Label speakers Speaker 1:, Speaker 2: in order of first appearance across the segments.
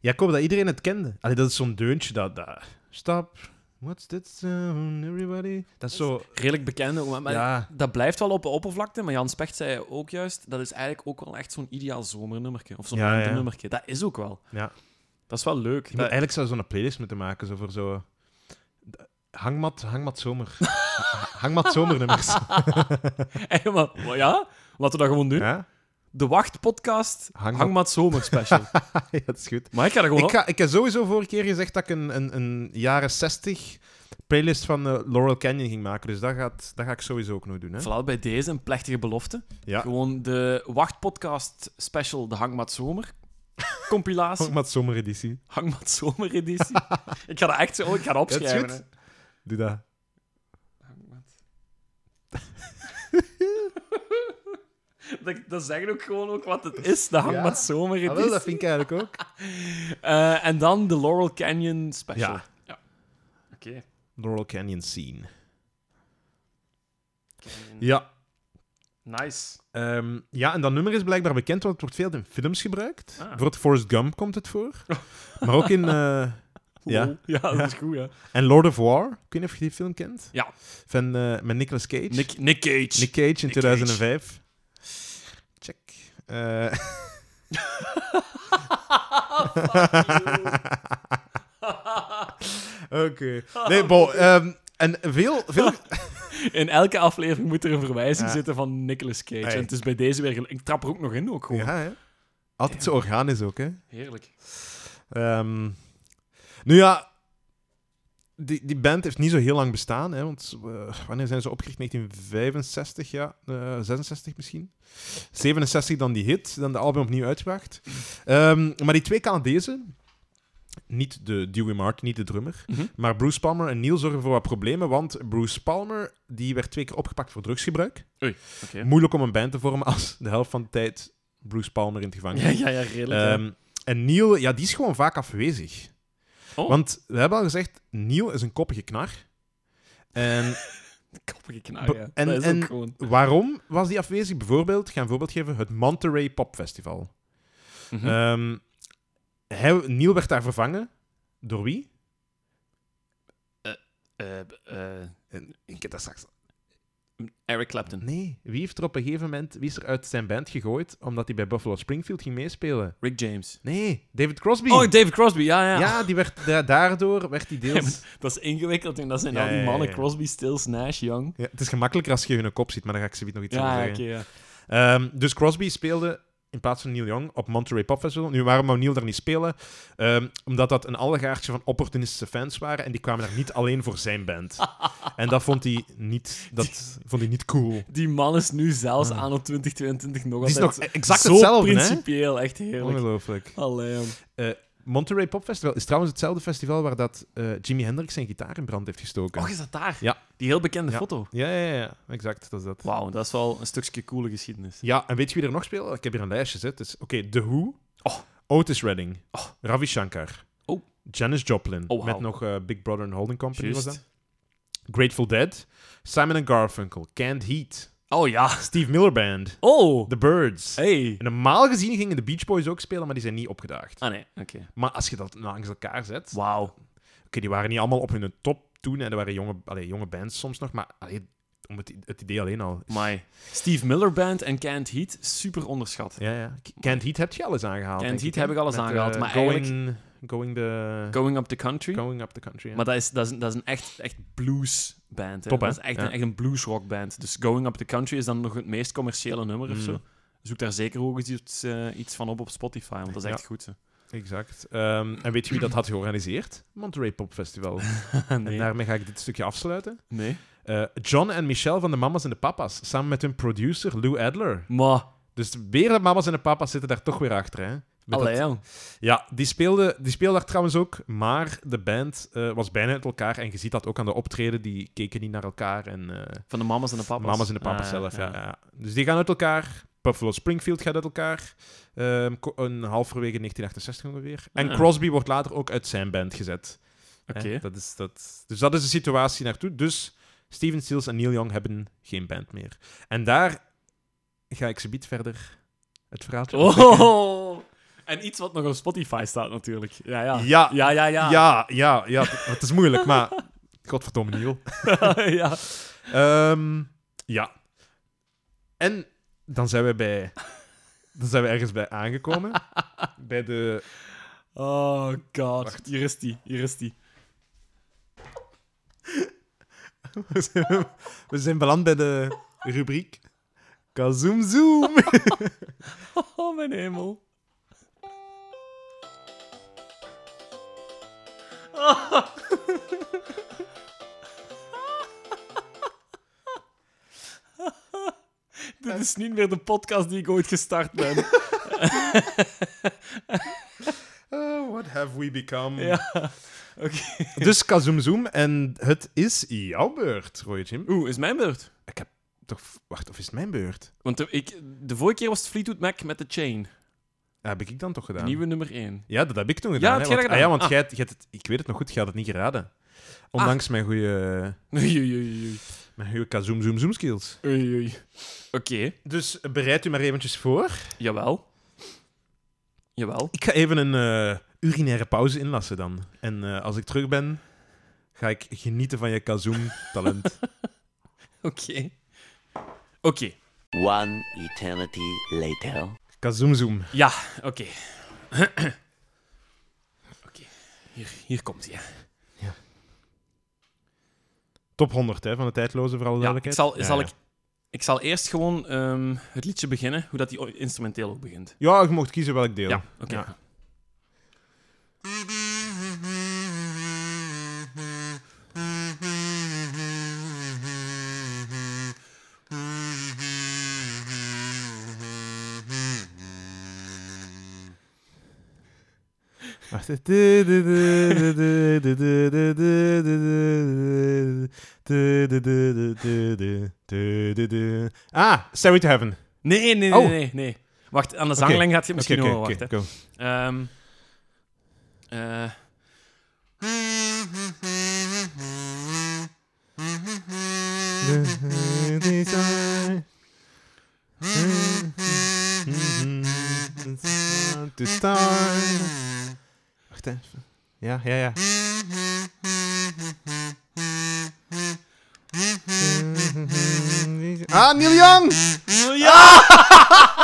Speaker 1: Ja, ik hoop dat iedereen het kende. Allee, dat is zo'n deuntje dat... dat... Stop. What's that sound, everybody? Dat is zo...
Speaker 2: Redelijk bekend ook, maar, Eh. maar
Speaker 1: Ja.
Speaker 2: dat blijft wel op de oppervlakte. Maar Jan Specht zei ook juist, dat is eigenlijk ook wel echt zo'n ideaal zomernummerke. Of zo'n
Speaker 1: Ja, ja.
Speaker 2: winter-nummerke. Dat is ook wel.
Speaker 1: Ja.
Speaker 2: Dat is wel leuk.
Speaker 1: Je moet
Speaker 2: Dat-
Speaker 1: eigenlijk zou zo'n playlist moeten maken, zo voor zo... Hangmat, hangmat zomer. Ha- hangmat zomernummers.
Speaker 2: Hey, maar, maar ja, laten we dat gewoon doen.
Speaker 1: ja?
Speaker 2: De Wacht-podcast,
Speaker 1: Hangmat-
Speaker 2: Hangmat Zomer Special.
Speaker 1: ja, dat is goed.
Speaker 2: maar ik ga er gewoon
Speaker 1: Ik,
Speaker 2: op.
Speaker 1: ga, ik heb sowieso vorige keer gezegd dat ik een, een, een jaren 60 playlist van eh, Laurel Canyon ging maken. Dus dat, gaat, dat ga ik sowieso ook nog doen. Hè?
Speaker 2: Voilà, bij deze een plechtige belofte.
Speaker 1: Ja.
Speaker 2: Gewoon de Wacht-podcast Special, de Hangmat Zomer compilatie.
Speaker 1: Hangmat zomereditie.
Speaker 2: Hangmat Zomer editie. ik ga dat echt zo ik
Speaker 1: Ja,
Speaker 2: ga dat
Speaker 1: dat is
Speaker 2: opschrijven.
Speaker 1: goed.
Speaker 2: hè.
Speaker 1: Doe dat.
Speaker 2: dat, dat zeggen ook gewoon ook wat het is, de Hangmat
Speaker 1: Ja.
Speaker 2: Zomer editie.
Speaker 1: Ah, wel, dat vind ik eigenlijk ook.
Speaker 2: Eh, en dan de Laurel Canyon Special.
Speaker 1: Ja.
Speaker 2: Oké.
Speaker 1: Laurel Canyon scene. Ja.
Speaker 2: Nice.
Speaker 1: Ehm, ja, en dat nummer is blijkbaar bekend, want het wordt veel in films gebruikt.
Speaker 2: Ah.
Speaker 1: Bijvoorbeeld Forrest Gump komt het voor. maar ook in... eh, Ja.
Speaker 2: Lol. ja, dat is goed, ja.
Speaker 1: en Lord of War. Ik weet niet of je die film kent.
Speaker 2: Ja.
Speaker 1: Van, eh, met Nicolas Cage.
Speaker 2: Nick, Nick Cage.
Speaker 1: Nick Cage in
Speaker 2: Nick
Speaker 1: 2005. Check. Eh,
Speaker 2: Ah,
Speaker 1: Oké. Nee, bon. ehm, en veel... veel
Speaker 2: In elke aflevering moet er een verwijzing
Speaker 1: Ja.
Speaker 2: zitten van Nicolas Cage.
Speaker 1: Hey.
Speaker 2: En het is bij deze weer... gel- Ik trap er ook nog in, ook gewoon.
Speaker 1: ja, hè. Altijd zo organisch ook, hè.
Speaker 2: Heerlijk.
Speaker 1: Ehm, nu ja, die, die band heeft niet zo heel lang bestaan. Hè, want eh, wanneer zijn ze opgericht? 1965, ja. eh, 66 misschien. 67 dan die hit, dan de album opnieuw uitgebracht. Ehm, maar die twee Canadezen, niet de Dewey Martin, niet de drummer,
Speaker 2: Mhm.
Speaker 1: maar Bruce Palmer en Neil zorgen voor wat problemen. Want Bruce Palmer die werd twee keer opgepakt voor drugsgebruik.
Speaker 2: Oei, oké.
Speaker 1: Moeilijk om een band te vormen als de helft van de tijd Bruce Palmer in het gevangenis.
Speaker 2: Ja, ja, ja, redelijk. ja.
Speaker 1: Ehm, en Neil, ja, die is gewoon vaak afwezig.
Speaker 2: Oh.
Speaker 1: Want we hebben al gezegd, Neil is een koppige knar. En
Speaker 2: Koppige knaar, ja.
Speaker 1: en-
Speaker 2: dat is
Speaker 1: en-
Speaker 2: ook gewoon...
Speaker 1: waarom was die afwezig? Bijvoorbeeld, ik ga een voorbeeld geven, het Monterey Pop Festival.
Speaker 2: Mhm.
Speaker 1: Ehm, hij, Neil werd daar vervangen. Door wie?
Speaker 2: Eh, eh,
Speaker 1: Ik heb dat straks...
Speaker 2: Eric Clapton.
Speaker 1: Nee, wie heeft er op een gegeven moment... Wie is er uit zijn band gegooid omdat hij bij Buffalo Springfield ging meespelen?
Speaker 2: Rick James.
Speaker 1: Nee, David Crosby.
Speaker 2: Oh, David Crosby, ja, ja.
Speaker 1: ja, die werd, da- daardoor werd hij
Speaker 2: Ja,
Speaker 1: deels...
Speaker 2: maar dat is ingewikkeld en dat zijn
Speaker 1: Ja,
Speaker 2: al die
Speaker 1: ja, ja,
Speaker 2: mannen.
Speaker 1: ja.
Speaker 2: Crosby, Stills, Nash, Young.
Speaker 1: Ja, het is gemakkelijker als je hun kop ziet, maar daar ga ik zoiets nog iets over
Speaker 2: Ja,
Speaker 1: zeggen.
Speaker 2: oké, ja.
Speaker 1: Ehm, dus Crosby speelde in plaats van Neil Young op Monterey Pop Festival. Nu, waarom wou Neil daar niet spelen? Ehm, omdat dat een allegaartje van opportunistische fans waren en die kwamen daar niet alleen voor zijn band. En dat vond hij niet, dat vond hij niet cool.
Speaker 2: Die man is nu zelfs
Speaker 1: Ah.
Speaker 2: anno 2022 nog
Speaker 1: Die is
Speaker 2: altijd
Speaker 1: nog exact
Speaker 2: zo
Speaker 1: hetzelfde, hè?
Speaker 2: principieel. Echt heerlijk.
Speaker 1: Ongelooflijk. Eh,
Speaker 2: Allee, jong.
Speaker 1: Monterey Pop Festival is trouwens hetzelfde festival waar dat, eh, Jimi Hendrix zijn gitaar in brand heeft gestoken.
Speaker 2: Och, is dat daar?
Speaker 1: Ja.
Speaker 2: Die heel bekende
Speaker 1: Ja.
Speaker 2: foto.
Speaker 1: Ja, ja, ja, exact, dat is dat.
Speaker 2: Wauw, dat is wel een stukje coole geschiedenis.
Speaker 1: Ja, en weet je wie er nog speelt? Ik heb hier een lijstje gezet. Dus, Oké, The Who,
Speaker 2: Oh.
Speaker 1: Otis Redding,
Speaker 2: Oh.
Speaker 1: Ravi Shankar,
Speaker 2: Oh.
Speaker 1: Janis Joplin,
Speaker 2: Oh, wauw.
Speaker 1: met nog eh, Big Brother and Holding Company was dat.
Speaker 2: Juist.
Speaker 1: Grateful Dead, Simon and Garfunkel, Canned Heat,
Speaker 2: Oh ja.
Speaker 1: Steve Miller Band,
Speaker 2: Oh.
Speaker 1: The Birds.
Speaker 2: Hey.
Speaker 1: En normaal gezien gingen de Beach Boys ook spelen, maar die zijn niet opgedaagd.
Speaker 2: Ah nee, oké.
Speaker 1: Maar als je dat langs elkaar zet...
Speaker 2: Wauw.
Speaker 1: Oké, die waren niet allemaal op hun top toen, en er waren jonge, allee, jonge bands soms nog, maar allee, om het, het idee alleen al... is-
Speaker 2: My. Steve Miller Band en Canned Heat, super onderschat.
Speaker 1: Ja, ja. Canned Heat heb je alles aangehaald.
Speaker 2: Canned
Speaker 1: denk
Speaker 2: Heat
Speaker 1: hè?
Speaker 2: heb ik alles
Speaker 1: Met,
Speaker 2: aangehaald,
Speaker 1: eh,
Speaker 2: maar
Speaker 1: going,
Speaker 2: eigenlijk-
Speaker 1: Going, the,
Speaker 2: Going Up the Country.
Speaker 1: going up the country. ja.
Speaker 2: Maar dat is, dat is, een- dat is een echt, echt bluesband. Hè?
Speaker 1: Top, hè?
Speaker 2: Dat is echt,
Speaker 1: Ja.
Speaker 2: een, echt een bluesrockband. Dus Going Up the Country is dan nog het meest commerciële nummer of
Speaker 1: Mm.
Speaker 2: zo. Zoek daar zeker ook eens iets, eh, iets van op op Spotify, want dat is echt goed. Hè?
Speaker 1: Exact. Ehm, en weet je wie dat had georganiseerd? Monterey Pop Festival. En
Speaker 2: nee.
Speaker 1: daarmee ga ik dit stukje afsluiten.
Speaker 2: nee.
Speaker 1: Eh, John en Michelle van de Mamas en de Papas, samen met hun producer Lou Adler.
Speaker 2: Maar,
Speaker 1: Dus weer de Mamas en de Papas zitten daar toch weer achter, hè? Met dat-
Speaker 2: allee, jong.
Speaker 1: Ja, die speelde, die speelde daar trouwens ook, maar de band eh, was bijna uit elkaar. En je ziet dat ook aan de optreden, die keken niet naar elkaar. En, eh,
Speaker 2: Van de mamas en de papas.
Speaker 1: Mama's en de papa's
Speaker 2: Ah,
Speaker 1: zelf, ja. ja. Dus die gaan uit elkaar. Buffalo Springfield gaat uit elkaar. Ehm, ko- een halverwege 1968 ongeveer. En
Speaker 2: Ah.
Speaker 1: Crosby wordt later ook uit zijn band gezet.
Speaker 2: Oké.
Speaker 1: Hè, Dat is, dat... Dus dat is de situatie naartoe. Dus Steven Stills en Neil Young hebben geen band meer. En daar ga ik ze verder het verhaal
Speaker 2: Oh! En iets wat nog op Spotify staat, natuurlijk. Ja, ja.
Speaker 1: Ja.
Speaker 2: ja, ja.
Speaker 1: Ja,
Speaker 2: ja.
Speaker 1: ja, ja. het- het is moeilijk, maar... Godverdomme, Niel.
Speaker 2: Ja.
Speaker 1: Ehm, ja. En dan zijn we bij... Dan zijn we ergens bij aangekomen. bij de...
Speaker 2: Oh, god. Hier is die, hier is die.
Speaker 1: We zijn, we zijn beland bij de rubriek... Kazoom Zoom.
Speaker 2: Oh, mijn hemel. Dit is niet meer de podcast die ik ooit gestart ben.
Speaker 1: Oh, what have we become?
Speaker 2: Ja. Oké.
Speaker 1: Dus Kazoom Zoom en het is jouw beurt, Roy Jim.
Speaker 2: Oeh, is mijn beurt.
Speaker 1: Ik heb toch... Wacht, of is het mijn beurt?
Speaker 2: Want de, ik, de vorige keer was het Fleetwood Mac met The Chain.
Speaker 1: Dat Ah, heb ik dan toch
Speaker 2: De
Speaker 1: gedaan?
Speaker 2: nieuwe nummer 1.
Speaker 1: Ja, dat heb ik toen gedaan.
Speaker 2: dat
Speaker 1: hè,
Speaker 2: heb
Speaker 1: want,
Speaker 2: jij
Speaker 1: ah ja,
Speaker 2: gedaan.
Speaker 1: want
Speaker 2: Ah.
Speaker 1: jij, hebt- jij hebt het, ik weet het nog goed, jij had het niet geraden. Ondanks mijn goede
Speaker 2: Oei, oei, oei,
Speaker 1: mijn goeie kazoom zoom zoom skills.
Speaker 2: oei. Oei, oei. Oké,
Speaker 1: Dus eh, bereid u maar eventjes voor.
Speaker 2: jawel. Jawel.
Speaker 1: Ik ga even een eh, urinaire pauze inlassen dan. En eh, als ik terug ben, ga ik genieten van je kazoom talent.
Speaker 2: Oké. Oké.
Speaker 3: One eternity later.
Speaker 1: kazoom zoom.
Speaker 2: Ja, oké. oké, hier, hier komt hij. hè.
Speaker 1: Top 100 hè, van de tijdloze, voor alle
Speaker 2: Ja, ik
Speaker 1: duidelijkheid.
Speaker 2: zal,
Speaker 1: Ja,
Speaker 2: zal
Speaker 1: ja.
Speaker 2: Ik, ik zal eerst gewoon ehm, het liedje beginnen, hoe dat die o- instrumenteel ook begint.
Speaker 1: Ja, je mocht kiezen welk deel.
Speaker 2: Ja, oké.
Speaker 1: Ja. Wacht. Ah, Stairway to Heaven.
Speaker 2: Nee, nee, nee,
Speaker 1: Oh.
Speaker 2: nee, nee. Wacht, aan de zanglijn gaat je
Speaker 1: Oké,
Speaker 2: misschien
Speaker 1: oké,
Speaker 2: nog wel
Speaker 1: oké,
Speaker 2: wachten.
Speaker 1: go.
Speaker 2: Ehm, eh,
Speaker 1: To start. Wacht even. Ja, ja, ja. Ah, Neil Young!
Speaker 2: ja!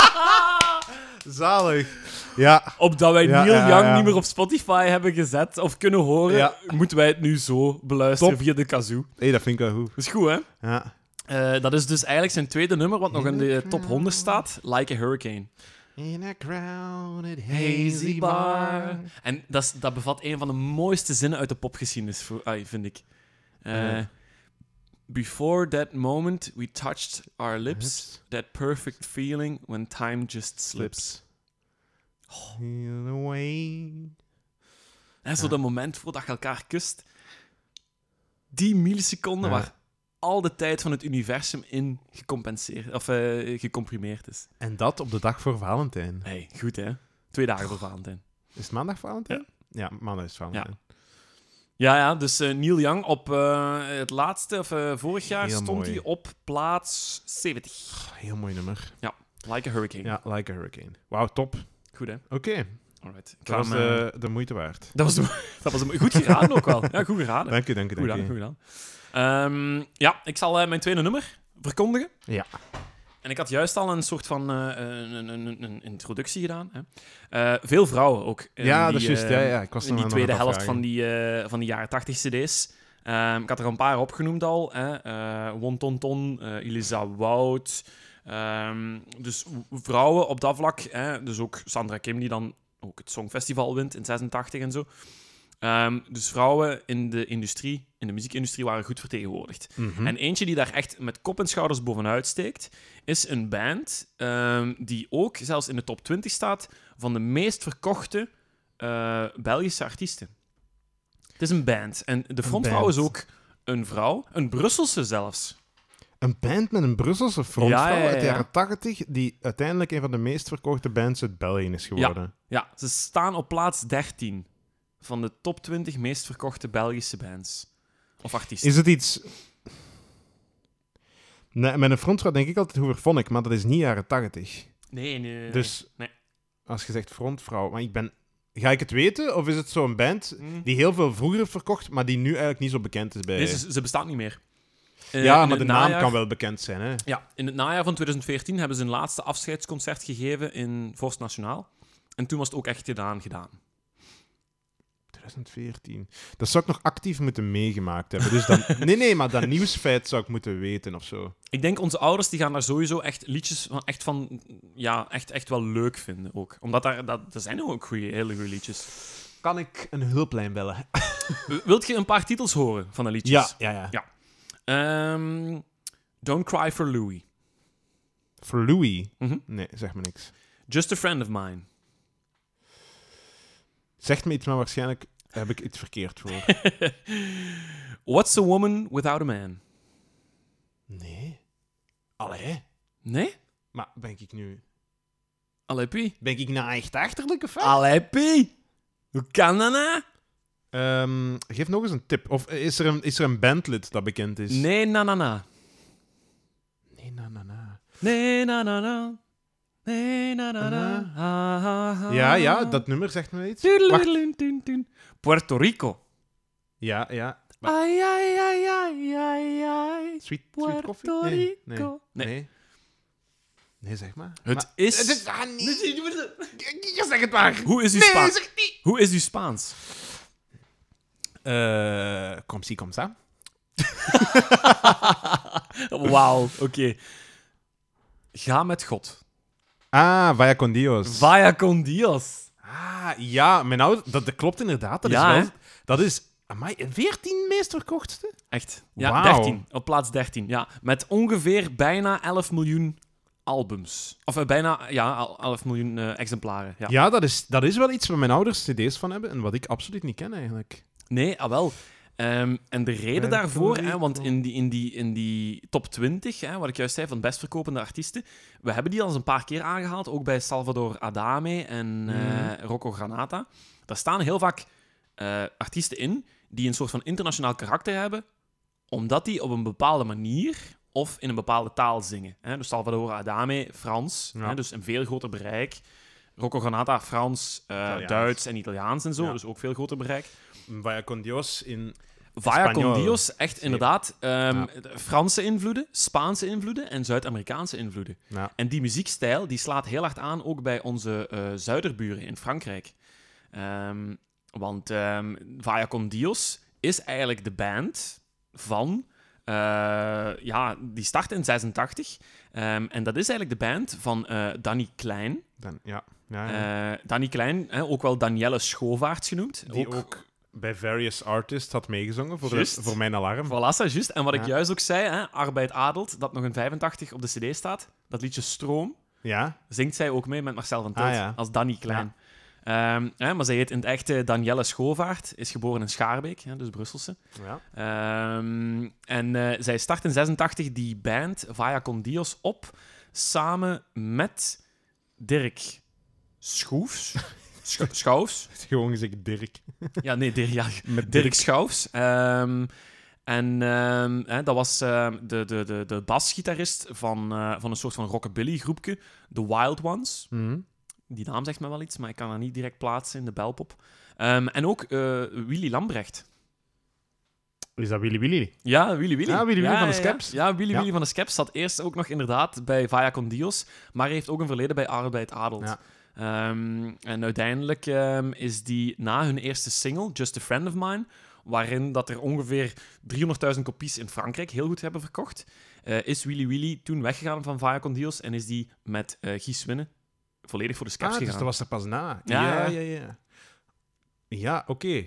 Speaker 1: Zalig. Ja,
Speaker 2: Opdat wij
Speaker 1: Ja,
Speaker 2: Neil
Speaker 1: ja,
Speaker 2: Young
Speaker 1: ja.
Speaker 2: niet meer op Spotify hebben gezet of kunnen horen,
Speaker 1: Ja.
Speaker 2: moeten wij het nu zo beluisteren
Speaker 1: Top.
Speaker 2: via de kazoo.
Speaker 1: hey, dat vind ik wel goed.
Speaker 2: Dat is goed, hè?
Speaker 1: Ja.
Speaker 2: Eh, dat is dus eigenlijk zijn tweede nummer, wat nog in de top 100 staat, Like a Hurricane.
Speaker 1: In a crowded
Speaker 2: Hazy bar. En dat, is- dat bevat een van de mooiste zinnen uit de popgeschiedenis, voor, ai, vind ik. Eh,
Speaker 1: Ja.
Speaker 2: Before that moment we touched our lips, that perfect feeling when time just slips.
Speaker 1: Feel away.
Speaker 2: En zo dat moment voordat je elkaar kust. Die milliseconden
Speaker 1: Ja.
Speaker 2: waar al de tijd van het universum in gecompenseerd, of, eh, gecomprimeerd is.
Speaker 1: En dat op de dag voor Valentijn.
Speaker 2: Hey, goed hè? Twee dagen voor Valentijn.
Speaker 1: Is het maandag Valentijn? Ja, maandag is Valentijn.
Speaker 2: Ja, ja, dus eh, Neil Young op eh, het laatste, of eh, vorig jaar,
Speaker 1: Heel
Speaker 2: stond
Speaker 1: mooi.
Speaker 2: hij op plaats 70.
Speaker 1: Pff, heel mooi nummer.
Speaker 2: Like a hurricane.
Speaker 1: Ja, like a hurricane. Wauw, top.
Speaker 2: Goed, hè?
Speaker 1: Oké,
Speaker 2: Alright.
Speaker 1: dat
Speaker 2: Ik ga
Speaker 1: was
Speaker 2: hem, eh,
Speaker 1: eh, de moeite waard.
Speaker 2: dat was hem- dat was hem- goed geraden ook wel. Ja, goed geraden.
Speaker 1: Dank u, dank u,
Speaker 2: goed gedaan,
Speaker 1: dank u.
Speaker 2: goed gedaan. Ehm, ja, ik zal eh, mijn tweede nummer verkondigen.
Speaker 1: Ja.
Speaker 2: En ik had juist al een soort van eh, een, een, een, een introductie gedaan. Hè. Eh, veel vrouwen ook. in
Speaker 1: ja,
Speaker 2: die,
Speaker 1: dat is juist.
Speaker 2: eh,
Speaker 1: Ja, ja, ik was
Speaker 2: in die tweede helft van die, eh, van die jaren 80 CD's. Ehm, ik had er een paar opgenoemd al. Hè. Eh, Won Ton Ton, eh, Elisa Wout. Ehm, dus w- vrouwen op dat vlak. Hè. Dus ook Sandra Kim, die dan ook het Songfestival wint in 86 en zo. Ehm, dus vrouwen in de industrie, in de muziekindustrie, waren goed vertegenwoordigd.
Speaker 1: Hm? Mhm.
Speaker 2: En eentje die daar echt met kop en schouders bovenuit steekt, is een band ehm, die ook zelfs in de top 20 staat van de meest verkochte eh, Belgische artiesten. Het is een band. En de frontvrouw
Speaker 1: band.
Speaker 2: is ook een vrouw, een Brusselse zelfs.
Speaker 1: Een band met een Brusselse frontvrouw
Speaker 2: Ja, ja, ja,
Speaker 1: uit de
Speaker 2: ja.
Speaker 1: jaren 80, die uiteindelijk een van de meest verkochte bands uit België is geworden.
Speaker 2: Ja, ze staan op plaats 13 van de top 20 meest verkochte Belgische bands. Of artiesten.
Speaker 1: Is het iets... Nee, met een frontvrouw denk ik altijd hoe ik, maar dat is niet jaren 80.
Speaker 2: Nee, nee, nee. nee.
Speaker 1: Dus
Speaker 2: nee.
Speaker 1: als je zegt frontvrouw. Maar ik ben... Ga ik het weten? Of is het zo'n band
Speaker 2: Hm?
Speaker 1: die heel veel vroeger heeft verkocht, maar die nu eigenlijk niet zo bekend is bij...
Speaker 2: Nee, ze, ze bestaat niet meer. Eh,
Speaker 1: ja,
Speaker 2: in
Speaker 1: maar
Speaker 2: het
Speaker 1: de naam
Speaker 2: najaar-
Speaker 1: kan wel bekend zijn, hè?
Speaker 2: Ja, in het najaar van 2014 hebben ze een laatste afscheidsconcert gegeven in Forst Nationaal. En toen was het ook echt gedaan, gedaan.
Speaker 1: 2014. Dat zou ik nog actief moeten meegemaakt hebben. Dus dan... Nee, nee, maar dat nieuwsfeit zou ik moeten weten of zo.
Speaker 2: Ik denk onze ouders die gaan daar sowieso echt liedjes van, echt, van, ja, echt, echt wel leuk vinden ook. Omdat daar, dat, er zijn ook goeie, hele goede liedjes.
Speaker 1: Kan ik een hulplijn bellen?
Speaker 2: W- Wilt je een paar titels horen van de
Speaker 1: Ja,
Speaker 2: liedjes?
Speaker 1: ja, ja.
Speaker 2: Ehm, Don't Cry for Louie.
Speaker 1: Voor Louis?
Speaker 2: Mhm.
Speaker 1: Nee, zeg me niks.
Speaker 2: Just a Friend of Mine.
Speaker 1: Zegt me iets, maar waarschijnlijk heb ik iets verkeerd voor.
Speaker 2: What's a Woman Without a Man?
Speaker 1: Nee. Allee.
Speaker 2: Nee?
Speaker 1: Maar ben ik nu...
Speaker 2: Aleppie?
Speaker 1: Ben ik nou echt achterlijke fan?
Speaker 2: Aleppie? Hoe kan dat nou?
Speaker 1: Ehm, geef nog eens een tip. Of is er een, is er een bandlid dat bekend is?
Speaker 2: Nee, na na na.
Speaker 1: Nee, na, na, na.
Speaker 2: Nee, na na na. Nee, na na na. Ha, ha, ha.
Speaker 1: Ja, ja, dat nummer zegt me iets.
Speaker 2: Tudelulululululul. Puerto Rico.
Speaker 1: Ja, ja. Wacht.
Speaker 2: Ai, ai, ai, ai, ai, ai.
Speaker 1: Sweet, sweet Coffee?
Speaker 2: Puerto
Speaker 1: Nee, nee,
Speaker 2: Rico.
Speaker 1: nee.
Speaker 2: Nee.
Speaker 1: nee. zeg maar.
Speaker 2: Het
Speaker 1: Maar-
Speaker 2: is-
Speaker 1: Het is... Ah, nee. Je zegt het maar.
Speaker 2: Hoe is uw
Speaker 1: Nee,
Speaker 2: Spaans?
Speaker 1: zeg het niet.
Speaker 2: Hoe is uw Spaans?
Speaker 1: Eh, Kom si, kom sa.
Speaker 2: Wauw, oké. Ga met God.
Speaker 1: Ah, Vaya con Dios.
Speaker 2: Vaya con Dios.
Speaker 1: Ah, ja, mijn oud, dat, dat klopt inderdaad. Dat
Speaker 2: Ja,
Speaker 1: is
Speaker 2: hè?
Speaker 1: wel... Dat is... Amai, 14 meest verkochtste?
Speaker 2: Echt. Ja,
Speaker 1: Wauw.
Speaker 2: 13. Op plaats 13. Ja, met ongeveer bijna 11 miljoen albums. Of eh, bijna ja, al- 11 miljoen eh, exemplaren. Ja.
Speaker 1: Ja, dat is, dat is wel iets waar mijn ouders cd's van hebben en wat ik absoluut niet ken eigenlijk.
Speaker 2: Nee, ah wel. Ehm, en de reden
Speaker 1: Puerto
Speaker 2: daarvoor, hè,
Speaker 1: Rico.
Speaker 2: want in die, in, die, in die top 20, hè, wat ik juist zei, van best verkopende artiesten, we hebben die al eens een paar keer aangehaald, ook bij Salvador Adame
Speaker 1: Mhm.
Speaker 2: en eh, Rocco Granata. Daar staan heel vaak eh, artiesten in die een soort van internationaal karakter hebben, omdat die op een bepaalde manier of in een bepaalde taal zingen. Hè. Dus Salvador Adame, Frans,
Speaker 1: Ja.
Speaker 2: hè, dus een veel groter bereik. Rocco Granata, Frans, eh,
Speaker 1: Italiaans.
Speaker 2: Duits en Italiaans en zo,
Speaker 1: Ja.
Speaker 2: dus ook veel groter bereik.
Speaker 1: Vaya con Dios in...
Speaker 2: Vaya con
Speaker 1: Espanol.
Speaker 2: Dios, echt inderdaad. ehm, Franse invloeden, Spaanse invloeden en Zuid-Amerikaanse invloeden.
Speaker 1: Ja.
Speaker 2: En die muziekstijl die slaat heel hard aan ook bij onze eh, zuiderburen in Frankrijk. Ehm, want ehm Vaya con Dios is eigenlijk de band van. eh, ja, die start in 86. Ehm, en dat is eigenlijk de band van eh, Danny Klein.
Speaker 1: Dan, ja. ja, ja.
Speaker 2: Eh Danny Klein, hè, ook wel Danielle Schoovaarts genoemd.
Speaker 1: die ook, bij Various Artists had meegezongen voor, de-
Speaker 2: Juist.
Speaker 1: voor mijn alarm.
Speaker 2: Voilà, ça, juist. En wat ik
Speaker 1: Ja.
Speaker 2: juist ook zei, hè, Arbeid Adelt, dat nog in 85 op de cd staat, dat liedje Stroom,
Speaker 1: Ja?
Speaker 2: zingt zij ook mee met Marcel van Tilt,
Speaker 1: Ah, ja.
Speaker 2: als Danny Klein. Ehm, hè, maar zij heet in het echte Danielle Schoovaart, is geboren in Schaarbeek, hè, dus Brusselse.
Speaker 1: ja.
Speaker 2: Ehm, en eh, zij start in 86 die band Vaya Con Dios op, samen met Dirk Schoefs. Sch Schouws?
Speaker 1: Gewoon gezegd Dirk.
Speaker 2: Ja, nee, Dirk, ja,
Speaker 1: Met
Speaker 2: Dirk Schouws. Ehm, en ehm, hè, dat was ehm, de, de, de, de basgitarist van, eh, van een soort van rockabilly-groepje, The Wild Ones.
Speaker 1: Mhm.
Speaker 2: Die naam zegt me wel iets, maar ik kan dat niet direct plaatsen in de belpop. Ehm, en ook eh, Willy Lambrecht.
Speaker 1: Is dat Willy Willy?
Speaker 2: Ja, Willy Willy.
Speaker 1: Ah, Willy Willy
Speaker 2: Ja,
Speaker 1: van de
Speaker 2: ja,
Speaker 1: Skeps.
Speaker 2: Ja, Ja, Willy
Speaker 1: Ja.
Speaker 2: Willy van de Skeps zat eerst ook nog inderdaad bij Vaya Con Dios, maar heeft ook een verleden bij Arbeid Adelt.
Speaker 1: Ja.
Speaker 2: Ehm, en uiteindelijk ehm, is die na hun eerste single, Just a Friend of Mine, waarin dat er ongeveer 300.000 kopies in Frankrijk heel goed hebben verkocht, eh, is Willy Willy toen weggegaan van Vaya Con Dios en is die met eh Guy Swinne volledig voor de Skeps
Speaker 1: Ah, dus
Speaker 2: gegaan.
Speaker 1: dat was er pas na.
Speaker 2: Ja.
Speaker 1: ja, ja. Ja, Ja, oké.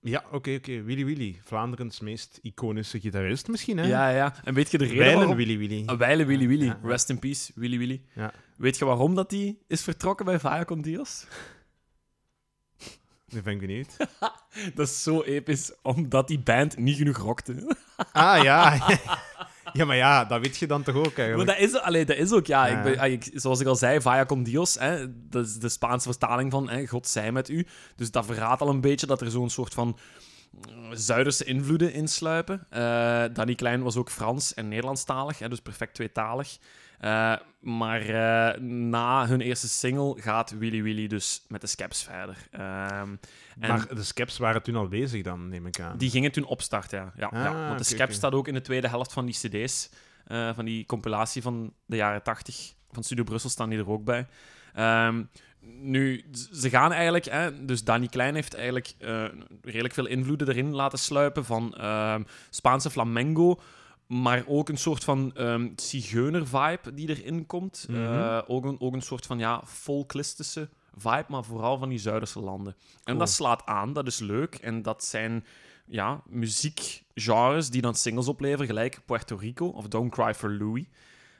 Speaker 1: Ja, oké, oké. Willy Willy. Vlaanderens meest iconische gitarist misschien, hè?
Speaker 2: Ja, ja. En weet je de reden
Speaker 1: Wijlen
Speaker 2: waarom? Ah.
Speaker 1: Willy Willy.
Speaker 2: Een wijle Willy Willy.
Speaker 1: Ja, ja.
Speaker 2: Rest in peace, Willy Willy.
Speaker 1: Ja.
Speaker 2: Weet je waarom dat die is vertrokken bij Viacom Dios?
Speaker 1: Dat ben ik benieuwd.
Speaker 2: Dat is zo episch, omdat die band niet genoeg rockte.
Speaker 1: Ah, ja. ja, maar ja, dat weet je dan toch ook
Speaker 2: Maar
Speaker 1: eigenlijk.
Speaker 2: dat is, allee, dat is ook, ja.
Speaker 1: Ja.
Speaker 2: Ik ben, ah, ik- zoals ik al zei, Viacom Dios, hè, dat is de Spaanse vertaling van hè, God zij met u. Dus dat verraadt al een beetje dat er zo'n soort van Zuiderse invloeden insluipen. Eh, Danny Klein was ook Frans en Nederlandstalig, hè, dus perfect tweetalig. Eh, maar eh, na hun eerste single gaat Willy Willy dus met de Skeps verder. Ehm, en
Speaker 1: Maar de skeps waren toen aanwezig dan, neem ik aan.
Speaker 2: die gingen toen opstarten, ja. ja,
Speaker 1: Ah,
Speaker 2: ja. Want de
Speaker 1: oké,
Speaker 2: Skeps
Speaker 1: oké.
Speaker 2: staat ook in de tweede helft van die cd's, eh, van die compilatie van de jaren 80 van Studio Brussel staan die er ook bij. Ehm, nu, z- ze gaan eigenlijk, hè, dus Danny Klein heeft eigenlijk eh, redelijk veel invloeden erin laten sluipen van ehm, Spaanse flamengo, maar ook een soort van ehm zigeuner-vibe die erin komt.
Speaker 1: Mhm.
Speaker 2: Eh, ook, een, ook een soort van ja, folklistische vibe, maar vooral van die Zuiderse landen. En
Speaker 1: Cool.
Speaker 2: dat slaat aan, dat is leuk. En dat zijn ja, muziekgenres die dan singles opleveren, gelijk Puerto Rico of Don't Cry for Louis.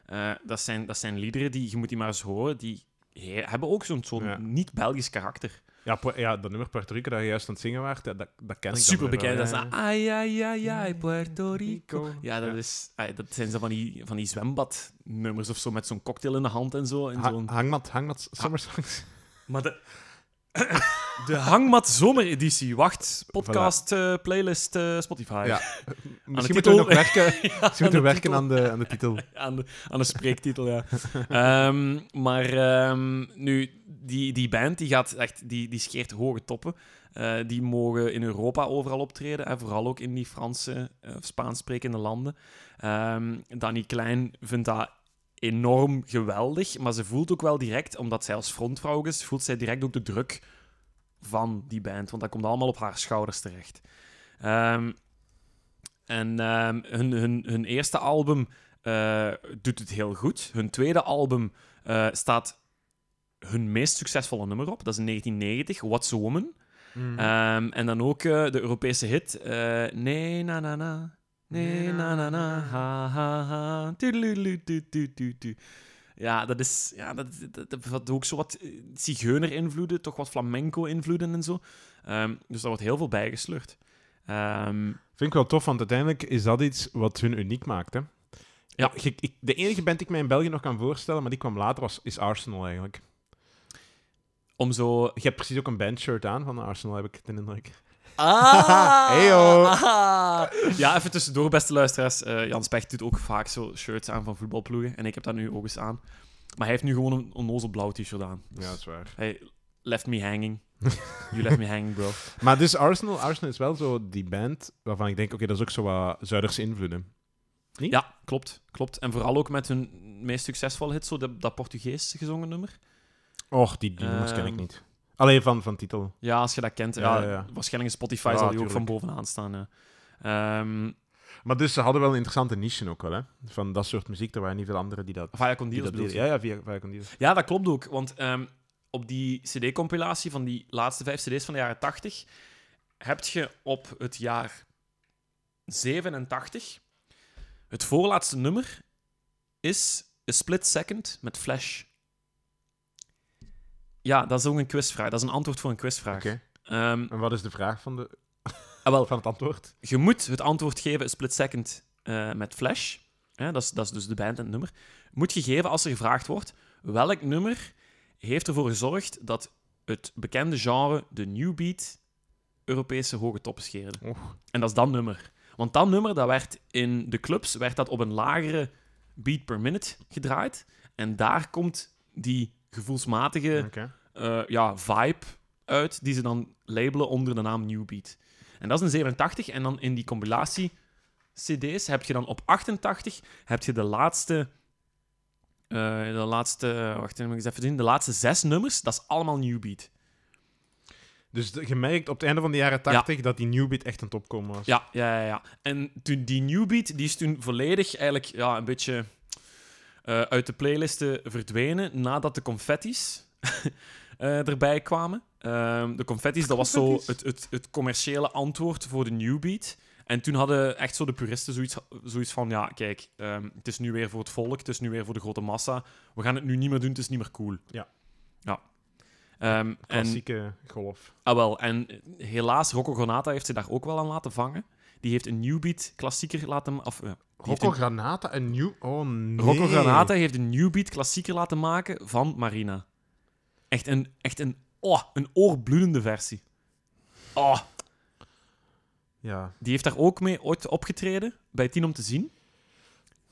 Speaker 2: Eh, dat, zijn, dat zijn liederen die, je moet die maar eens horen, die he- hebben ook zo'n zo'n
Speaker 1: Ja.
Speaker 2: niet-Belgisch karakter.
Speaker 1: Ja, Pu- ja, dat nummer Puerto Rico dat je juist aan het zingen waart, dat, dat, dat ken ik dan
Speaker 2: Super
Speaker 1: weer wel,
Speaker 2: bekend. Dat is
Speaker 1: ja.
Speaker 2: dan, ay, ay, ay, ay, Puerto Rico. Ja, dat,
Speaker 1: Ja.
Speaker 2: Is, ay, dat zijn zo van die, van die zwembadnummers of zo, met zo'n cocktail in de hand en zo. En
Speaker 1: Ha-
Speaker 2: zo'n...
Speaker 1: hangmat, hangmat, summer songs.
Speaker 2: Maar de... de Hangmat Zomereditie. Wacht, podcast, eh, playlist, eh, Spotify.
Speaker 1: Ja. Misschien moeten
Speaker 2: titel.
Speaker 1: we nog werken, misschien moeten we
Speaker 2: de
Speaker 1: werken
Speaker 2: titel.
Speaker 1: aan, de, aan de titel.
Speaker 2: aan, de, aan de spreektitel, ja. Ehm, maar ehm, nu, die, die band die gaat echt, die, die scheert hoge toppen. Eh, die mogen in Europa overal optreden, en vooral ook in die Franse eh, of Spaans sprekende landen. Ehm Danny Klein vindt dat enorm geweldig, maar ze voelt ook wel direct, omdat zij als frontvrouw is, voelt zij direct ook de druk van die band, want dat komt allemaal op haar schouders terecht. Ehm, en ehm, hun, hun, hun eerste album eh, doet het heel goed. Hun tweede album eh, staat hun meest succesvolle nummer op. Dat is in 1990, What's a Woman. Ehm, en dan ook eh, de Europese hit. eh, nee, na, na, na. Nee, na, na, na. Ha, ha, ha. Toedeloedeloe, toet, toet, toet, toet. Ja, dat is... Ja, dat, dat, dat bevat ook zo wat eh, zigeuner-invloeden, toch wat flamenco-invloeden en zo. Ehm, dus daar wordt heel veel bijgeslurd. Ehm
Speaker 1: Vind ik wel tof, want uiteindelijk is dat iets wat hun uniek maakt. Hè?
Speaker 2: Ja.
Speaker 1: Je- ik- de enige band die ik mij in België nog kan voorstellen, maar die kwam later, was, is Arsenal eigenlijk.
Speaker 2: om zo
Speaker 1: Je hebt precies ook een bandshirt aan van Arsenal, heb ik de indruk.
Speaker 2: Ah!
Speaker 1: Heyo.
Speaker 2: Ah. Ja, even tussendoor, beste luisteraars. Eh, Jan Specht doet ook vaak zo shirts aan van voetbalploegen. En ik heb dat nu ook eens aan. Maar hij heeft nu gewoon een onnozel blauw t-shirt aan. Dus
Speaker 1: Ja, dat is waar.
Speaker 2: Hij left me hanging. You left me hanging, bro.
Speaker 1: Maar dus Arsenal, Arsenal is wel zo die band waarvan ik denk, oké, dat is ook zo wat Zuiderse invloeden.
Speaker 2: Ja, klopt. Klopt. En vooral ook met hun meest succesvolle hit, zo dat, dat Portugees gezongen nummer.
Speaker 1: Och, die, die nummers ken ik
Speaker 2: Ehm.
Speaker 1: niet. Alleen van, van titel.
Speaker 2: Ja, als je dat kent.
Speaker 1: Ja,
Speaker 2: eh,
Speaker 1: ja, ja.
Speaker 2: Waarschijnlijk in Spotify
Speaker 1: Ja,
Speaker 2: zal die ook van
Speaker 1: tuurlijk.
Speaker 2: bovenaan staan. ja. Ehm,
Speaker 1: Maar dus ze hadden wel een interessante niche ook wel, hè? Van dat soort muziek, er waren niet veel anderen die dat...
Speaker 2: Vaya con
Speaker 1: Die
Speaker 2: Dios
Speaker 1: dat
Speaker 2: bedoel
Speaker 1: deden.
Speaker 2: je?
Speaker 1: Ja, ja, via, via Condido.
Speaker 2: Ja, dat klopt ook. Want ehm, op die CD-compilatie van die laatste vijf CD's van de jaren 80 heb je op het jaar 87 het voorlaatste nummer is A Split Second met Flash. Ja, dat is ook een quizvraag. Dat is een antwoord voor een quizvraag.
Speaker 1: Oké.
Speaker 2: Ehm,
Speaker 1: En wat is de vraag van, de,
Speaker 2: ah, wel,
Speaker 1: van het antwoord?
Speaker 2: je moet het antwoord geven, een split second, eh, met Flash. Hè, dat, is, dat is dus de band en het nummer. Moet je geven als er gevraagd wordt welk nummer heeft ervoor gezorgd dat het bekende genre, de New Beat, Europese hoge top scheerde.
Speaker 1: Och.
Speaker 2: En dat is dat nummer. Want dat nummer dat werd in de clubs werd dat op een lagere beat per minute gedraaid. En daar komt die gevoelsmatige
Speaker 1: Oké.
Speaker 2: eh, ja, vibe uit, die ze dan labelen onder de naam New Beat. En dat is een 87. En dan in die compilatie CD's heb je dan op 88 heb je de laatste. eh, de laatste. Wacht moet ik eens even zien. De laatste zes nummers, dat is allemaal New Beat.
Speaker 1: Dus de- je merkt op het einde van de jaren 80 dat die New Beat echt een topkomen was.
Speaker 2: Ja, ja, ja, ja. En toen, die New Beat die is toen volledig eigenlijk ja, een beetje eh, uit de playlisten verdwenen nadat de confetti's eh, erbij kwamen. Ehm, de confetti's, dat was zo
Speaker 1: Confetti's?
Speaker 2: het, het, het commerciële antwoord voor de New Beat. En toen hadden echt zo de puristen zoiets, zoiets van: ja, kijk, ehm, het is nu weer voor het volk, het is nu weer voor de grote massa. We gaan het nu niet meer doen, het is niet meer cool.
Speaker 1: Ja.
Speaker 2: ja. Ehm, en
Speaker 1: Klassieke golf.
Speaker 2: Ah, wel. En helaas, Rocco Granata heeft ze daar ook wel aan laten vangen. Die heeft een New Beat klassieker laten... ma- Of, eh, die heeft
Speaker 1: Rocco
Speaker 2: een-
Speaker 1: Granata en New... Oh nee.
Speaker 2: Rocco Granata heeft een New Beat klassieker laten maken van Marina. Echt een... Echt een oh, een oorbloedende versie. Oh.
Speaker 1: Ja.
Speaker 2: Die heeft daar ook mee ooit opgetreden, bij Tien om te zien.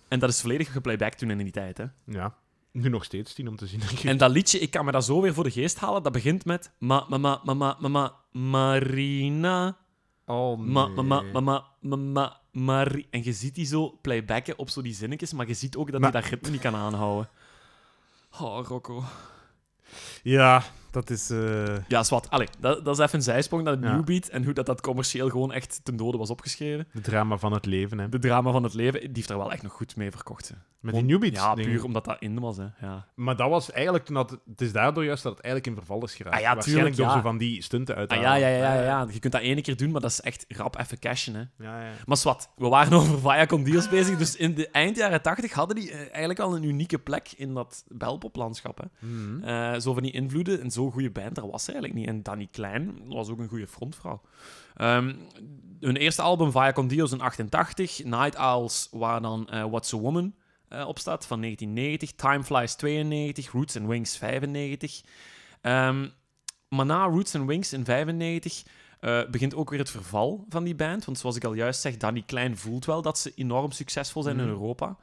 Speaker 2: En dat is volledig geplayback toen in die tijd, hè.
Speaker 1: ja. Nu nog steeds, tien om te zien. Denk ik.
Speaker 2: En dat liedje, ik kan me dat zo weer voor de geest halen, dat begint met... Ma, ma, ma, ma, ma, ma, ma, Marina...
Speaker 1: oh,
Speaker 2: Ma, ma, ma, ma, ma, ma, ma, Mari- En je ziet die zo playbacken op zo die zinnetjes, maar je ziet ook dat hij
Speaker 1: Maar-
Speaker 2: dat ritme niet kan aanhouden. Oh, Rocco.
Speaker 1: Ja, dat is... eh,
Speaker 2: Ja, zwart. Allee, dat, dat is even een zijsprong naar de
Speaker 1: Ja.
Speaker 2: New Beat en hoe dat, dat commercieel gewoon echt ten dode was opgeschreven.
Speaker 1: de drama van het leven, hè.
Speaker 2: De drama van het leven, die heeft er wel echt nog goed mee verkocht. hè.
Speaker 1: Met die newbies.
Speaker 2: Ja, puur omdat dat in was, hè. Ja.
Speaker 1: Maar dat was eigenlijk toen dat... Het is daardoor juist dat het eigenlijk in verval is geraakt.
Speaker 2: Ah ja,
Speaker 1: Waarschijnlijk
Speaker 2: tuurlijk,
Speaker 1: door
Speaker 2: ja.
Speaker 1: zo van die stunten uit te
Speaker 2: Ah, ja, ja,
Speaker 1: halen.
Speaker 2: ja, ja, ja. Je kunt dat ene keer doen, maar dat is echt rap even cashen, hè.
Speaker 1: ja, ja.
Speaker 2: Maar zwart, we waren over Viacom Deals bezig, dus in de eind jaren tachtig hadden die eh, eigenlijk al een unieke plek in dat belpoplandschap, hè.
Speaker 1: Mhm.
Speaker 2: Eh, zo van die invloeden en zo'n goede band, daar was ze eigenlijk niet. En Danny Klein was ook een goede frontvrouw. Ehm, hun eerste album, Viacom Dios, in 88. Night Owls, waar dan eh, What's a Woman eh, op staat, van 1990. Time Flies, 92. Roots and Wings, 95. Ehm, maar na Roots and Wings in 95 eh, begint ook weer het verval van die band. Want zoals ik al juist zeg, Danny Klein voelt wel dat ze enorm succesvol zijn in
Speaker 1: Mhm.
Speaker 2: Europa.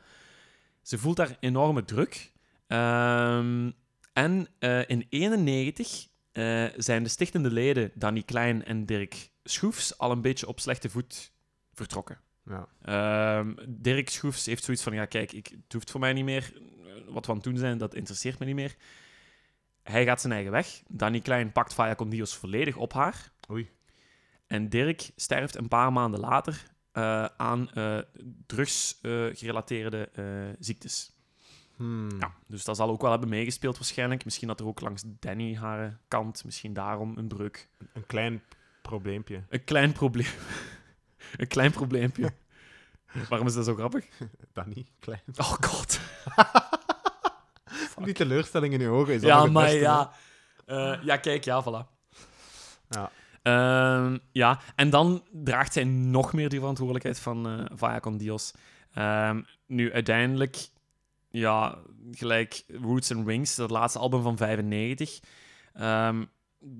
Speaker 2: Ze voelt daar enorme druk. Ehm, en eh, in 91 eh, zijn de stichtende leden Danny Klein en Dirk Schroefs al een beetje op slechte voet vertrokken.
Speaker 1: Ja.
Speaker 2: Ehm, Dirk Schroefs heeft zoiets van: ja, kijk, ik, het hoeft voor mij niet meer. eh, Wat we aan het doen zijn, dat interesseert me niet meer. Hij gaat zijn eigen weg. Danny Klein pakt Viacom Dios volledig op haar.
Speaker 1: Oei.
Speaker 2: En Dirk sterft een paar maanden later eh, aan drugsgerelateerde eh, ziektes.
Speaker 1: Hmm.
Speaker 2: Ja, dus dat zal ook wel hebben meegespeeld waarschijnlijk. Misschien dat er ook langs Danny haar kant, misschien daarom een breuk.
Speaker 1: Een klein probleempje.
Speaker 2: Een klein probleem. een klein probleempje. Waarom is dat zo grappig?
Speaker 1: Dat niet, klein.
Speaker 2: Oh god.
Speaker 1: Die teleurstelling in je ogen is
Speaker 2: ja,
Speaker 1: allemaal het
Speaker 2: maar
Speaker 1: beste,
Speaker 2: ja. Eh, ja, kijk, ja, voilà.
Speaker 1: Ja.
Speaker 2: Ehm, ja, en dan draagt zij nog meer die verantwoordelijkheid van eh Viacom Dios. Ehm, nu, uiteindelijk, ja, gelijk Roots and Wings, dat laatste album van 95. ehm,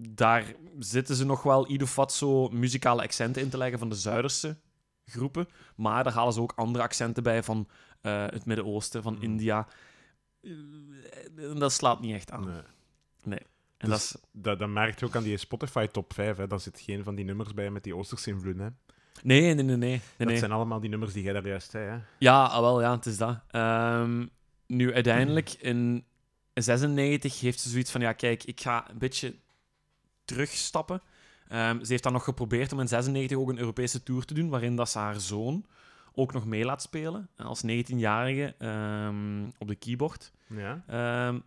Speaker 2: daar zitten ze nog wel ieder vat zo muzikale accenten in te leggen van de Zuiderse groepen. Maar daar halen ze ook andere accenten bij van eh, het Midden-Oosten, van
Speaker 1: Mm.
Speaker 2: India. Eh, en dat slaat niet echt aan.
Speaker 1: hè. Ah. Nee. Dus
Speaker 2: en dat is,
Speaker 1: Dat, dat merk je ook aan die Spotify top 5. Hè. Daar zit geen van die nummers bij met die Oosterse invloeden. Hè.
Speaker 2: nee, nee, nee, nee. nee,
Speaker 1: Dat
Speaker 2: nee.
Speaker 1: zijn allemaal die nummers die jij daar juist zei. Hè.
Speaker 2: Ja, ah, wel, ja, het is dat. Ehm, nu, uiteindelijk in 96 heeft ze zoiets van: ja, kijk, ik ga een beetje terugstappen. Ehm, ze heeft dan nog geprobeerd om in 96 ook een Europese tour te doen, waarin dat ze haar zoon ook nog mee laat spelen als 19-jarige ehm, op de keyboard.
Speaker 1: Ja.
Speaker 2: Ehm,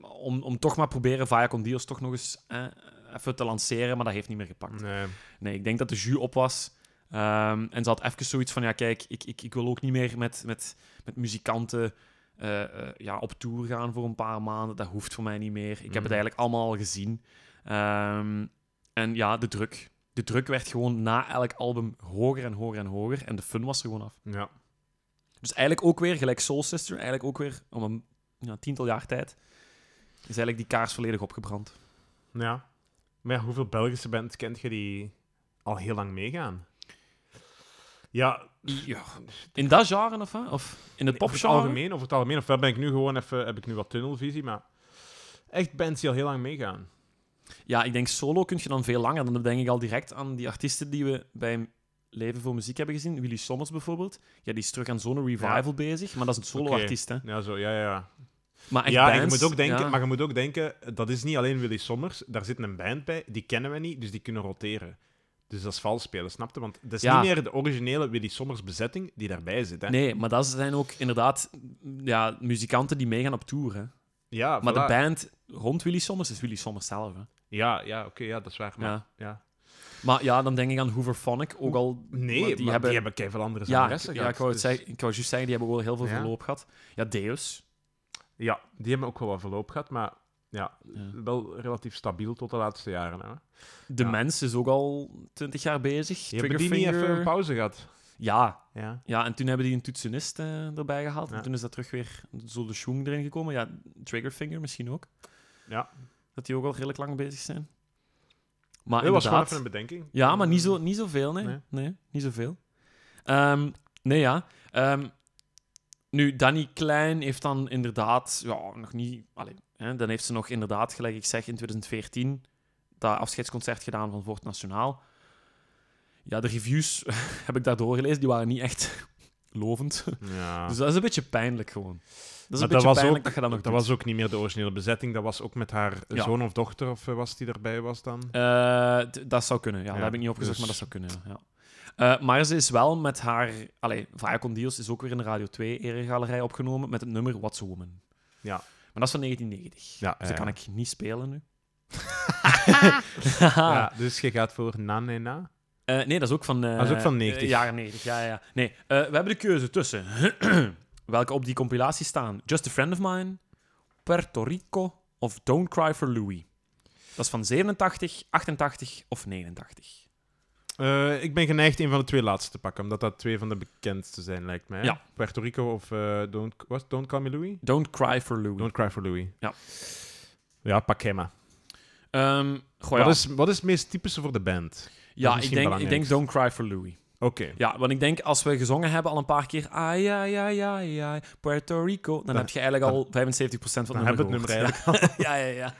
Speaker 2: om, om toch maar proberen Viacom Dios toch nog eens eh, even te lanceren, maar dat heeft niet meer gepakt.
Speaker 1: Nee.
Speaker 2: Nee, ik denk dat de jus op was. Ehm, en ze had even zoiets van: ja, kijk, ik, ik, ik wil ook niet meer met, met, met muzikanten eh, eh, ja, op tour gaan voor een paar maanden. Dat hoeft voor mij niet meer. Ik heb
Speaker 1: Mhm.
Speaker 2: het eigenlijk allemaal al gezien. Ehm, en ja, de druk. De druk werd gewoon na elk album hoger en hoger en hoger. En de fun was er gewoon af.
Speaker 1: Ja.
Speaker 2: Dus eigenlijk ook weer, gelijk Soul Sister, eigenlijk ook weer om een ja, tiental jaar tijd. Is eigenlijk die kaars volledig opgebrand.
Speaker 1: ja. Maar ja, hoeveel Belgische bands kent je die al heel lang meegaan? Ja,
Speaker 2: Ja. In dat genre of, hè? of in het
Speaker 1: over het
Speaker 2: popgenre?
Speaker 1: algemeen. Over het algemeen. Of daar ben ik nu gewoon even, heb ik nu wat tunnelvisie. Maar echt bands die al heel lang meegaan.
Speaker 2: Ja, ik denk solo kun je dan veel langer. Dan denk ik al direct aan die artiesten die we bij Leven voor Muziek hebben gezien. Willy Sommers bijvoorbeeld. Ja, die is terug aan zo'n revival
Speaker 1: Ja.
Speaker 2: bezig. Maar dat is een solo-artiest, hè.
Speaker 1: Ja, zo, ja, ja, ja.
Speaker 2: Maar echt
Speaker 1: ja, en je
Speaker 2: bands,
Speaker 1: moet ook denken,
Speaker 2: ja.
Speaker 1: maar je moet ook denken, dat is niet alleen Willy Sommers. Daar zit een band bij, die kennen we niet, dus die kunnen roteren. Dus dat is vals spelen, snapte? Want dat is
Speaker 2: Ja.
Speaker 1: niet meer de originele Willy Sommers bezetting die daarbij zit. Hè?
Speaker 2: Nee, maar dat zijn ook inderdaad ja, muzikanten die meegaan op tour, hè.
Speaker 1: Ja,
Speaker 2: Maar
Speaker 1: Ah, voilà.
Speaker 2: de band rond Willy Sommers is Willy Sommers zelf, hè.
Speaker 1: Ja, ja oké, ja, dat is waar. Maar,
Speaker 2: Ja.
Speaker 1: ja.
Speaker 2: Maar ja, dan denk ik aan Hooverphonic, ook al...
Speaker 1: Nee,
Speaker 2: want
Speaker 1: maar die hebben, keiveel andere
Speaker 2: ja,
Speaker 1: zangeressen
Speaker 2: ja,
Speaker 1: gehad,
Speaker 2: ik wou, het
Speaker 1: dus-
Speaker 2: zeggen, ik wou juist zeggen, die hebben wel heel veel
Speaker 1: Ja.
Speaker 2: verloop gehad. Ja, Deus.
Speaker 1: Ja, die hebben ook wel wat verloop gehad, maar ja,
Speaker 2: Ja.
Speaker 1: wel relatief stabiel tot de laatste jaren. Hè?
Speaker 2: De
Speaker 1: Ja.
Speaker 2: Mens is ook al twintig jaar bezig.
Speaker 1: Hebben die niet even
Speaker 2: Triggerfinger.
Speaker 1: een pauze gehad?
Speaker 2: Ja,
Speaker 1: Ja.
Speaker 2: Ja, en toen hebben die een toetsenist eh, erbij gehaald. En
Speaker 1: Ja.
Speaker 2: toen is dat terug weer zo de schoen erin gekomen. Ja, Triggerfinger misschien ook.
Speaker 1: Ja.
Speaker 2: Dat die ook al redelijk lang bezig zijn. Maar
Speaker 1: dat was gewoon
Speaker 2: inderdaad-
Speaker 1: even een bedenking.
Speaker 2: Ja, maar niet, zo, niet zoveel, nee.
Speaker 1: Ehm, Nee.
Speaker 2: Nee, niet zoveel. Ehm, nee, ja. Ehm, nu, Danny Klein heeft dan inderdaad... Ja, nog niet... Allee, hè, dan heeft ze nog inderdaad, gelijk ik zeg, in 2014... dat afscheidsconcert gedaan van Voort Nationaal. Ja, de reviews heb ik daar doorgelezen. Die waren niet echt lovend.
Speaker 1: Ja.
Speaker 2: Dus dat is een beetje pijnlijk gewoon. Dat is een
Speaker 1: Ah. Maar
Speaker 2: beetje
Speaker 1: was
Speaker 2: pijnlijk
Speaker 1: ook-
Speaker 2: dat je dat nog
Speaker 1: dat
Speaker 2: doet.
Speaker 1: was ook niet meer de originele bezetting. Dat was ook met haar
Speaker 2: Ja.
Speaker 1: zoon of dochter, of eh, was die erbij was dan?
Speaker 2: Eh, d- dat zou kunnen, ja.
Speaker 1: Ja,
Speaker 2: Dat heb ik niet opgezocht,
Speaker 1: dus-
Speaker 2: maar dat zou kunnen, ja. Eh, maar ze is wel met haar... Allee, Vaya Con Dios is ook weer in de Radio 2 eregalerij opgenomen met het nummer What's a Woman.
Speaker 1: Ja.
Speaker 2: Maar dat is van 1990.
Speaker 1: Ja,
Speaker 2: dus
Speaker 1: ja,
Speaker 2: dat kan
Speaker 1: ja.
Speaker 2: ik niet spelen nu. Ah.
Speaker 1: Ja, dus je gaat voor na, nee, na.
Speaker 2: Eh, nee, dat is ook van... eh,
Speaker 1: Dat is ook van 90.
Speaker 2: eh, jaren 90, ja, ja. ja. Nee, eh, we hebben de keuze tussen... welke op die compilatie staan. Just a Friend of Mine, Puerto Rico of Don't Cry for Louis. Dat is van 87, 88 of 89.
Speaker 1: Eh, ik ben geneigd een van de twee laatste te pakken, omdat dat twee van de bekendste zijn, lijkt mij.
Speaker 2: Ja.
Speaker 1: Puerto Rico of eh, don't, was don't Call Me Louis?
Speaker 2: Don't Cry for Louis.
Speaker 1: Don't Cry for Louis.
Speaker 2: Ja.
Speaker 1: Ja, pak hem maar.
Speaker 2: Ehm, goh,
Speaker 1: Wat,
Speaker 2: ja,
Speaker 1: is, wat is het meest typische voor de band?
Speaker 2: ja ik,
Speaker 1: misschien
Speaker 2: denk, ik
Speaker 1: belangrijk.
Speaker 2: denk Don't Cry for Louis.
Speaker 1: Oké.
Speaker 2: Ja, want ik denk als we gezongen hebben al een paar keer... Ai, ai, ai, ai, ai, Puerto Rico... Dan, heb je eigenlijk al 75% van
Speaker 1: Dan
Speaker 2: het nummer
Speaker 1: hebben we het nummer
Speaker 2: gehoord.
Speaker 1: eigenlijk.
Speaker 2: ja, ja, ja.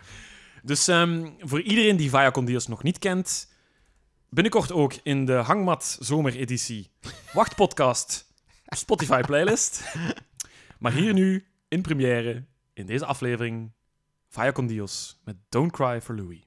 Speaker 2: Dus ehm, voor iedereen die Vaya Con Dios nog niet kent... Binnenkort ook in de Hangmat zomereditie Wachtpodcast Spotify playlist. maar hier nu, in première, in deze aflevering... Vaya Con Dios met Don't Cry for Louis.